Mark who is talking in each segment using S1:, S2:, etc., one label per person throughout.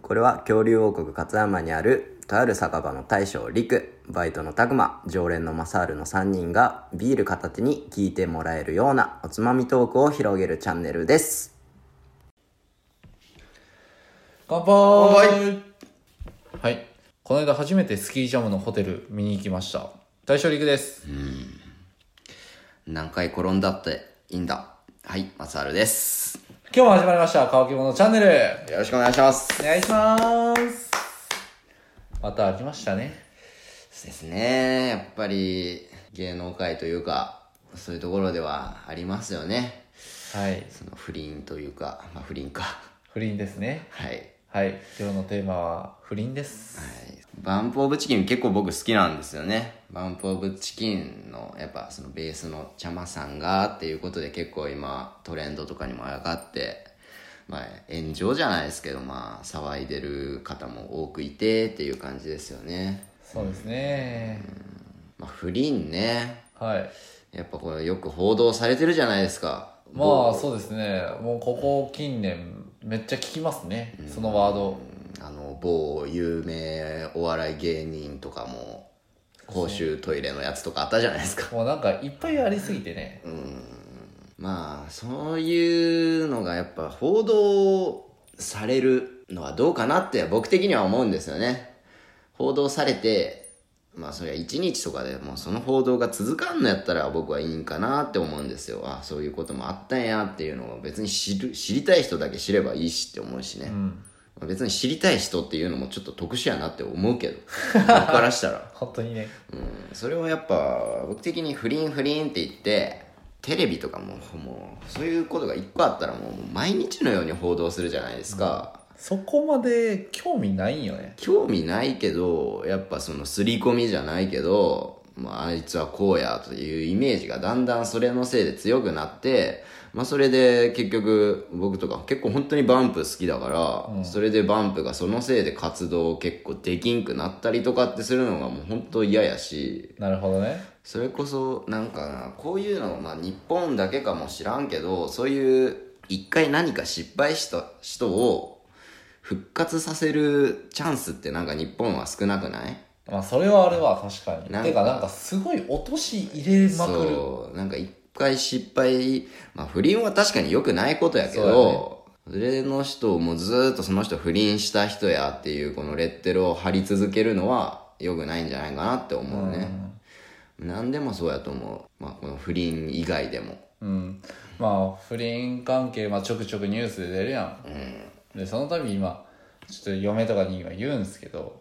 S1: これは恐竜王国勝山にあるとある酒場の大将陸バイトの拓磨常連のマサールの3人がビール片手に聞いてもらえるようなおつまみトークを広げるチャンネルです
S2: 乾杯はいこの間初めてスキージャムのホテル見に行きました大正陸です
S1: 何回転んだっていいんだはいマサールです
S2: 今日も始まりました乾き物チャンネル
S1: よろしくお願いします
S2: お願いしますまた飽きましたね
S1: そうですねやっぱり芸能界というかそういうところではありますよね
S2: はい
S1: その不倫というか、まあ、不倫か
S2: 不倫ですね
S1: はい
S2: はい今日のテーマは不倫です
S1: はいバンプ・オブ・チキン結構僕好きなんですよねバンプ・オブ・チキンのやっぱそのベースのちゃまさんがっていうことで結構今トレンドとかにも上がってまあ炎上じゃないですけどまあ騒いでる方も多くいてっていう感じですよね
S2: そうですね
S1: まあ不倫ね
S2: はい
S1: やっぱこれよく報道されてるじゃないですか
S2: まあそうですねもうここ近年めっちゃ聞きますねそのワード
S1: あの某有名お笑い芸人とかも公衆トイレのやつとかあったじゃないですか
S2: もうなんかいっぱいありすぎてね
S1: まあそういうのがやっぱ報道されるのはどうかなって僕的には思うんですよね報道されてまあそりゃ1日とかでもうその報道が続かんのやったら僕はいいんかなって思うんですよあそういうこともあったんやっていうのを別に知る知りたい人だけ知ればいいしって思うしね、
S2: うん
S1: まあ別に知りたい人っていうのもちょっと特殊やなって思うけど僕からしたら
S2: 本当にね
S1: うんそれをやっぱ僕的に不倫不倫って言ってテレビとかももうそういうことが一個あったらもう毎日のように報道するじゃないですか、
S2: そこまで興味ないんよね
S1: 興味ないけどやっぱその刷り込みじゃないけど、まあ、あいつはこうやというイメージがだんだんそれのせいで強くなって、まあ、それで結局僕とか結構本当にバンプ好きだから、それでバンプがそのせいで活動結構できんくなったりとかってするのがもう本当嫌やし
S2: なるほどね
S1: それこそなんかなこういうのまあ日本だけかもしらんけどそういう一回何か失敗した人を復活させるチャンスってなんか日本は少なくない
S2: まあそれはあれは確かに
S1: なんか
S2: てかなんかすごい落とし入れまくる
S1: そうなんか一回失敗まあ不倫は確かに良くないことやけどそれの人をもうずーっとその人不倫した人やっていうこのレッテルを貼り続けるのは良くないんじゃないかなって思うね、何でもそうやと思う、まあ、この不倫以外でも
S2: うんまあ不倫関係、まあ、ちょくちょくニュースで出るやん、でその度今ちょっと嫁とかに今言うんですけど、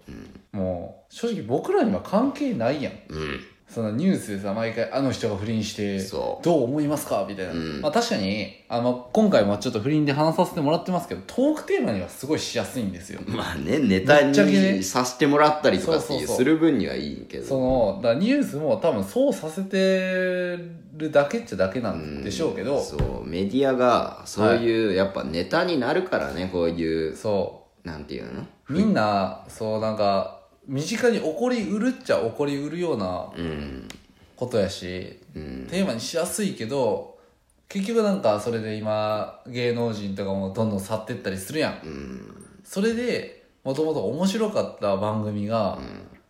S2: もう正直僕らには関係ないやん
S1: うん
S2: そのニュースでさ毎回あの人が不倫して
S1: そう
S2: どう思いますかみたいな、
S1: うん
S2: まあ、確かにあの今回もちょっと不倫で話させてもらってますけどトークテーマにはすごいしやすいんですよ
S1: まあね、ネタ
S2: ぶっちゃけ
S1: に
S2: ね
S1: させてもらったりとかって
S2: そう
S1: い
S2: そううそう
S1: する分にはいいけど。
S2: そのだからニュースも多分そうさせてるだけっちゃだけなんでしょうけど、
S1: そう、メディアが、そういう、やっぱネタになるからね、こういう、
S2: そ
S1: なんていうの
S2: うみんなそうなんか身近に起こりうるっちゃ起こりうるような
S1: うん。
S2: ことやし、
S1: うん。
S2: テーマにしやすいけど結局なんかそれで今芸能人とかもどんどん去ってったりするやん
S1: うん。
S2: それでもともと面白かった番組が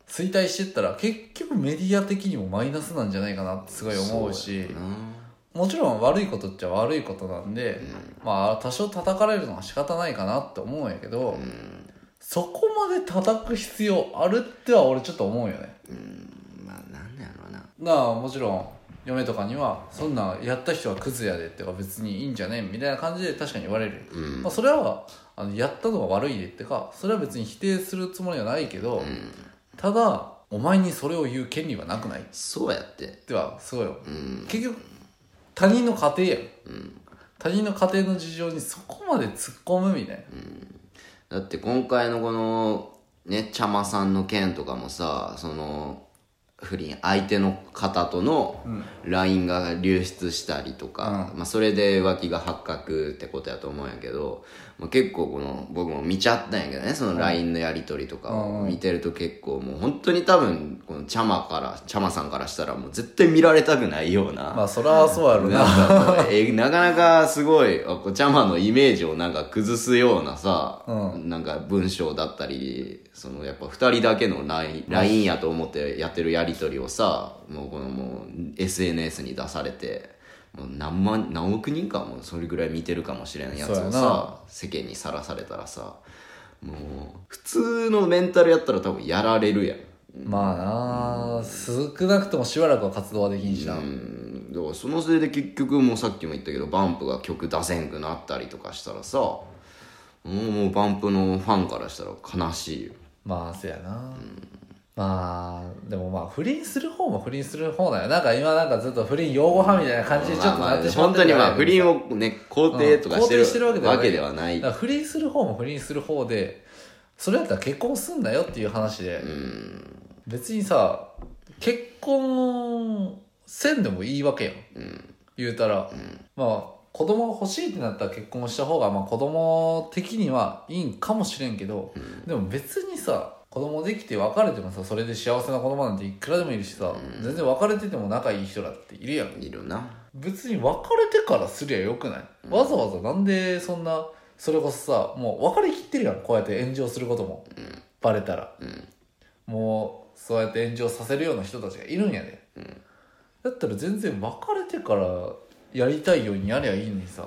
S2: 衰退してったら結局メディア的にもマイナスなんじゃないかなってすごい思うし
S1: な
S2: もちろん悪いことっちゃ悪いことなんで、まあ多少叩かれるのは仕方ないかなって思うんやけど、そこまで叩く必要あるっては俺ちょっと思うよね
S1: まあ、なんだろうな。
S2: なあもちろん嫁とかにはそんなんやった人はクズやでってか別にいいんじゃねえみたいな感じで確かに言われる、
S1: うん
S2: まあ、それはあのやったのが悪いでってかそれは別に否定するつもりはないけど、
S1: うん。
S2: ただお前にそれを言う権利はなくないっ
S1: そうやって。
S2: てはすごいよ
S1: うん。
S2: 結局他人の家庭やん
S1: うん。
S2: 他人の家庭の事情にそこまで突っ込むみたいな、
S1: だって今回のこの、ね、ちゃまさんの件とかもさ、その、不倫相手の方との LINE が流出したりとか、まあ、それで浮気が発覚ってことやと思うんやけど、まあ、結構この僕も見ちゃったんやけどねその LINE のやり取りとかを見てると結構もう本当に多分このチャマからチャマさんからしたらもう絶対見られたくないような。
S2: まあそらそうやろな
S1: なんかもうえなかなかすごい、あこうちゃまのイメージをなんか崩すようなさ、
S2: う
S1: なんか文章だったり、そのやっぱ二人だけのラインラインやと思ってやってるやりとりをさ、もうこのもう SNS に出されて、もう何万、何億人かもうそれぐらい見てるかもしれんやつ
S2: そうや
S1: を
S2: な
S1: さ、世間にさらされたらさ、もう普通のメンタルやったら多分やられるやん。
S2: まあなあ少なくともしばらくは活動はできんしな、
S1: うんだからそのせいで結局もうさっきも言ったけどバンプが曲出せんくなったりとかしたらさもうもうバンプのファンからしたら悲しいよ
S2: まあそやな、まあでもまあ不倫する方も不倫する方だよなんか今なんかずっと不倫擁護派みたいな感じにちょっとなってしま
S1: 本
S2: って
S1: 当
S2: る
S1: に
S2: から
S1: まあ不倫をね肯定とかして
S2: う
S1: る,、
S2: ん肯定してるわけではない
S1: わけではない
S2: だから不倫する方も不倫する方でそれやったら結婚すんなよっていう話で、
S1: うん
S2: 別にさ結婚せんでもいいわけよ
S1: うん
S2: 言うたら、まあ子供が欲しいってなったら結婚した方が、まあ、子供的にはいいんかもしれんけど、でも別にさ子供できて別れてもさそれで幸せな子供なんていくらでもいるしさ、全然別れてても仲いい人だっているやん
S1: いるな
S2: 別に別れてからすりゃよくない、わざわざなんでそんなそれこそさもう別れきってるやんこうやって炎上することも、バレたら、
S1: ん
S2: もうそうやって炎上させるような人たちがいるんやで、だったら全然別れてからやりたいようにやりゃいいのにさ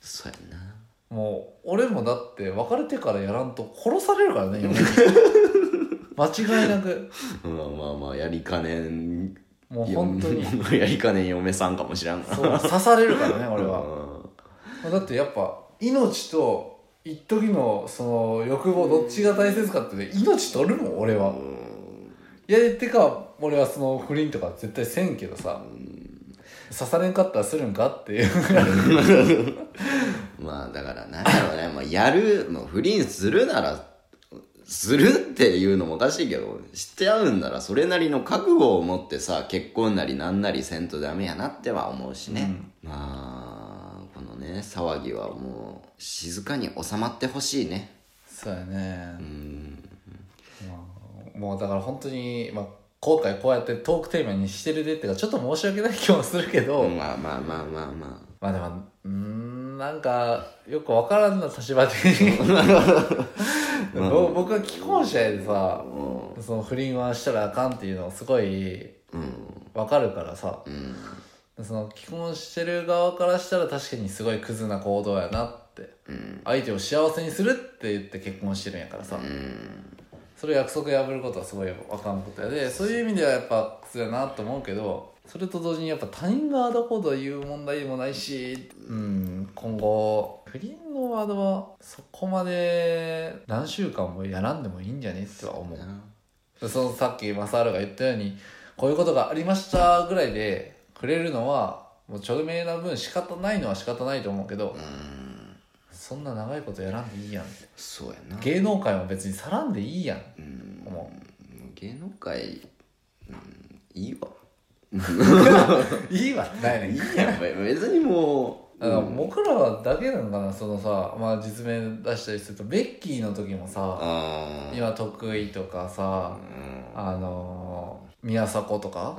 S1: そうやな
S2: もう俺もだって別れてからやらんと殺されるからね嫁に間違いなく
S1: まあまあまあやりかねん
S2: もう本当に
S1: やりかねん嫁さんかもしらんから
S2: そう刺されるからね俺は。
S1: うん
S2: まあだってやっぱ命と一時のその欲望どっちが大切かってね命取るもん俺はいやてか俺はその不倫とか絶対せんけどさ刺されんかったらするんかっていう
S1: まあだからなんやろうね、まあ、 やる、まあ、不倫するならするっていうのもおかしいけど知って合うんならそれなりの覚悟を持ってさ結婚なりなんなりせんとダメやなっては思うしね、まあこのね騒ぎはもう静かに収まってほしいね
S2: そうやね
S1: うん
S2: もうだから本当にまあ今回こうやってトークテーマにしてるでってかちょっと申し訳ない気もするけど、
S1: まあまあまあまあま
S2: まあでもうーんなんかよくわからんな立場的に ぼ僕は既婚者やでさ、その不倫はしたらあかんっていうのすごい
S1: あうん
S2: わかるからさ、
S1: うん
S2: その既婚してる側からしたら確かにすごいクズな行動やなって、相手を幸せにするって言って結婚してるんやからさ、それ約束破ることはすごいあかんことやでそういう意味ではやっぱクズやなと思うけどそれと同時にやっぱ他人がどうこうという問題でもないしうん今後不倫のワードはそこまで何週間もやらんでもいいんじゃねっては思う。そのさっきマサールが言ったようにこういうことがありましたぐらいでくれるのはもう著名な分仕方ないのは仕方ないと思うけどそんな長いことやらんでいいやんって
S1: そうやな
S2: 芸能界も別にさらんでいいやん
S1: うん
S2: 思
S1: 芸能界、うん、いいわ
S2: ういいわってないねん
S1: いや別にもう
S2: だから僕らだけなのかなそのさまあ実名出したりするとベッキーの時もさ
S1: あ
S2: 今得意とかさ
S1: あうん
S2: あのー宮迫とか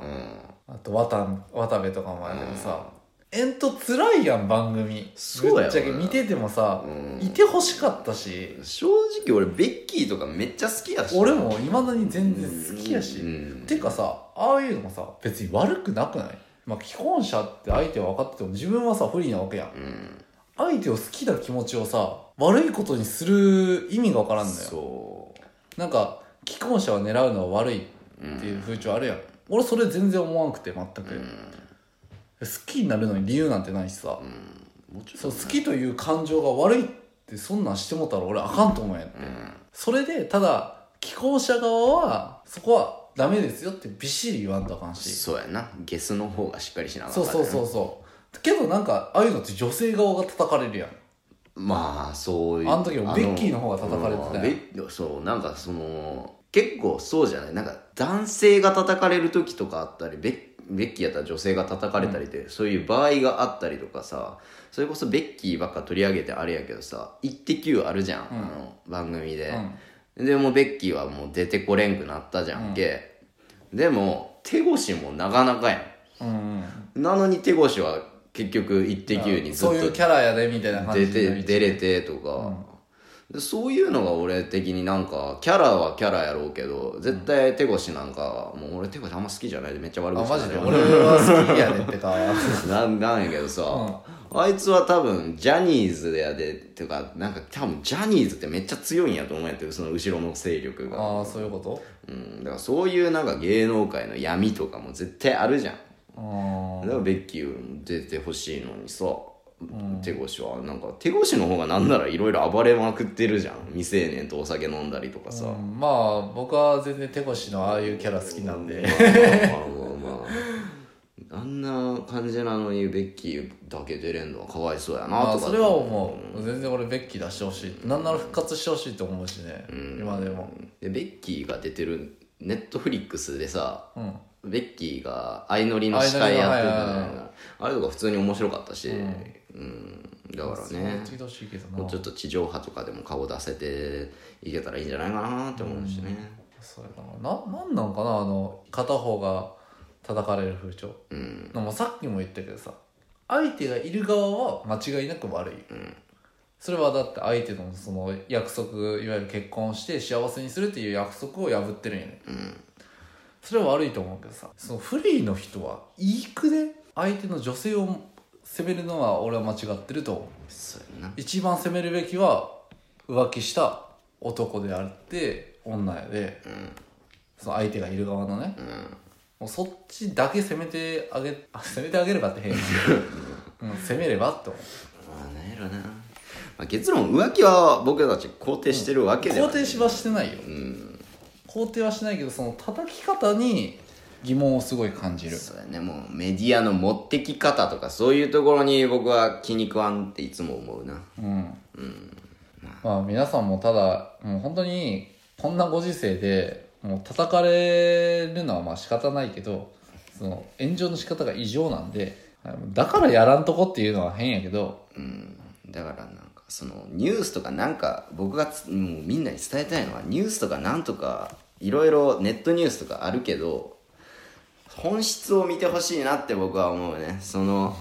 S1: うん
S2: あと渡渡部とかもやけどさ、煙突つらいやん番組
S1: そうやろ
S2: ぶっちゃけ見ててもさ、
S1: うん
S2: いてほしかったし
S1: 正直俺ベッキーとかめっちゃ好きやし
S2: 俺もいまだに全然好きやし、
S1: うん
S2: てかさああいうのもさ別に悪くなくないまあ既婚者って相手は分かってても自分はさ不利なわけやん
S1: うん
S2: 相手を好きな気持ちをさ悪いことにする意味が分からんのよ
S1: そ
S2: なんか既婚者は狙うのは悪いっていう風潮あるやん、俺それ全然思わんくて全く、好きになるのに理由なんてないしさ、
S1: うもうち
S2: そ
S1: ょ
S2: う
S1: っ
S2: 好きという感情が悪いってそんなんしてもたら俺あかんと思うやん、それでただ既婚者側はそこはダメですよってびっしり言わんとあかん
S1: と
S2: し
S1: そうやなゲスの方がしっかりしながら
S2: そうそうそうそうけどなんかああいうのって女性側が叩かれるやん
S1: まあそういう
S2: あの時もベッキーの方が叩かれてたやん
S1: うんベッそうなんかその結構そうじゃないなんか男性が叩かれる時とかあったりベッベッキーやったら女性が叩かれたりで、そういう場合があったりとかさそれこそベッキーばっか取り上げてあれやけどさ「イッテ Q!」あるじゃん、あの番組で、でもうベッキーはもう出てこれんくなったじゃんけ、でも手越しもなかなかや
S2: うん
S1: んなのに手越しは結局「イッテ Q!」
S2: う
S1: に
S2: ん、
S1: ずっ
S2: そう
S1: と
S2: いうキャラやでみたいな感
S1: 出
S2: じの
S1: て出れてとか、でそういうのが俺的になんかキャラはキャラやろうけど絶対手越なんか、もう俺手越あんま好きじゃないでめっちゃ悪
S2: あ
S1: 口
S2: マ
S1: な
S2: ジ
S1: ん
S2: で
S1: だよ
S2: 俺は好きやでってか
S1: なんなんやけどさ、あいつは多分ジャニーズやでってかなんか多分ジャニーズってめっちゃ強いんやと思うんやってその後ろの勢力が、
S2: ああそういうこと
S1: うん、だからそういうなんか芸能界の闇とかも絶対あるじゃん
S2: あ
S1: だからベッキーも出てほしいのにさ、手越はなんか手越の方がなんならいろいろ暴れまくってるじゃん未成年とお酒飲んだりとかさ、
S2: あまあ僕は全然手越のああいうキャラ好きなんで
S1: まあまあまあまああんな感じなのにベッキーだけ出れんのはかわいそうやなと
S2: ま
S1: か
S2: あそれは思う全然俺ベッキー出してほしいなんなら復活してほしいと思うしね今でも
S1: でベッキーが出てるネットフリックスでさ
S2: うん
S1: ベッキーが相乗りの司会やってたじゃないあれとか普通に面白かったし、うんだからね
S2: そう言ってきてほしいけど
S1: も
S2: な
S1: うちょっと地上波とかでも顔出せていけたらいいんじゃないかなって思うしね、
S2: そうやなななんなんかなあの片方が叩かれる風潮、でもさっきも言ったけどさ相手がいる側は間違いなく悪い、それはだって相手のその約束いわゆる結婚して幸せにするっていう約束を破ってるんやね、それは悪いと思うけどさそのフリーの人はいい句で相手の女性を責めるのは俺は間違ってると思う
S1: そうやな
S2: 一番責めるべきは浮気した男であって女やで、その相手がいる側のね、もうそっちだけ責めてあげあ責めてあげればって変やけどうん責めればって思う
S1: まあなんやろな、まあ、結論浮気は僕たち肯定してるわけでは
S2: 肯定しはしてないよ、肯定はしないけどその叩き方に疑問をすごい感じる
S1: そうやねもうメディアの持ってき方とかそういうところに僕は気に食わんっていつも思うな
S2: うんまあ皆さんもただもう本当にこんなご時世でもう叩かれるのはまあ仕方ないけどその炎上の仕方が異常なんでだからやらんとこっていうのは変やけど
S1: うんだからなんかそのニュースとかなんか僕がつもうみんなに伝えたいのはニュースとかなんとかいろいろネットニュースとかあるけど本質を見てほしいなって僕は思うねそ の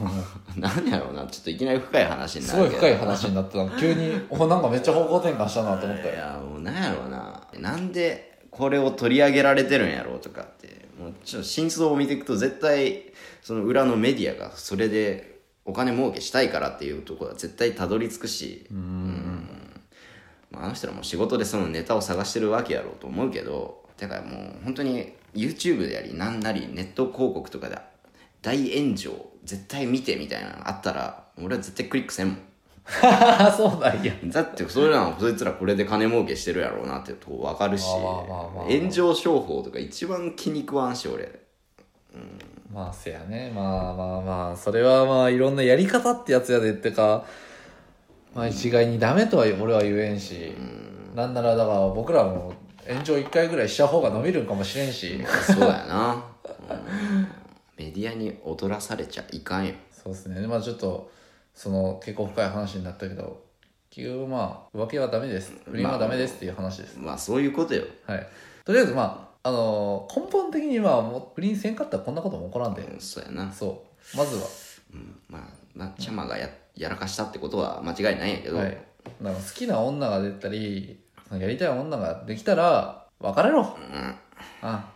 S1: 何やろうなちょっといきなり深い話にな
S2: す
S1: る
S2: ごい
S1: けど
S2: 深い話になったな急におなんかめっちゃ方向転換したなと思った
S1: い
S2: よ
S1: やもうなんやろうななんでこれを取り上げられてるんやろうとかってもうちょっと真相を見ていくと絶対その裏のメディアがそれでお金儲けしたいからっていうところは絶対たどり着くしうんまああの人らも仕事でそのネタを探してるわけやろうと思うけどだからもう本当に YouTube でありなんなりネット広告とかで大炎上絶対見てみたいなのあったら俺は絶対クリックせんもん
S2: そうなんや
S1: だってそれらのそいつらこれで金儲けしてるやろうなってとこ分かるし
S2: まあまあまあまあ
S1: 炎上商法とか一番気に食わんし俺
S2: まあせやねまあまあまあそれはまあいろんなやり方ってやつやでってかまあ一概にダメとは俺は言えんしなんならだから僕らも炎上1回ぐらいした方が伸びるんかもしれんし
S1: そうやな、うんメディアに踊らされちゃいかんよ
S2: そうですねまあちょっとその結構深い話になったけど結局まあ浮気はダメです不倫はダメですっていう話です、
S1: まあそういうことよ
S2: はいとりあえずまああのー根本的にはもう不倫せんかったらこんなことも起こらんで
S1: うんそうやな、
S2: そうまずは
S1: うん、まあまあちゃまがややらかしたってことは間違いないんやけど、
S2: はい、なんか好きな女が出たりそのやりたい女ができたら別れろ、あ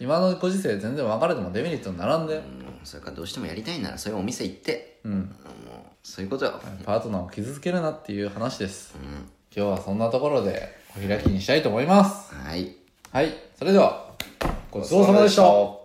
S2: 今のご時世全然別れてもデメリットにならんで、
S1: うんそれからどうしてもやりたいならそういうお店行って、
S2: うん、
S1: うんもうそういうことよ、
S2: パートナーを傷つけるなっていう話です
S1: うん
S2: 今日はそんなところでお開きにしたいと思います
S1: はい
S2: はいそれではごちそうさまでした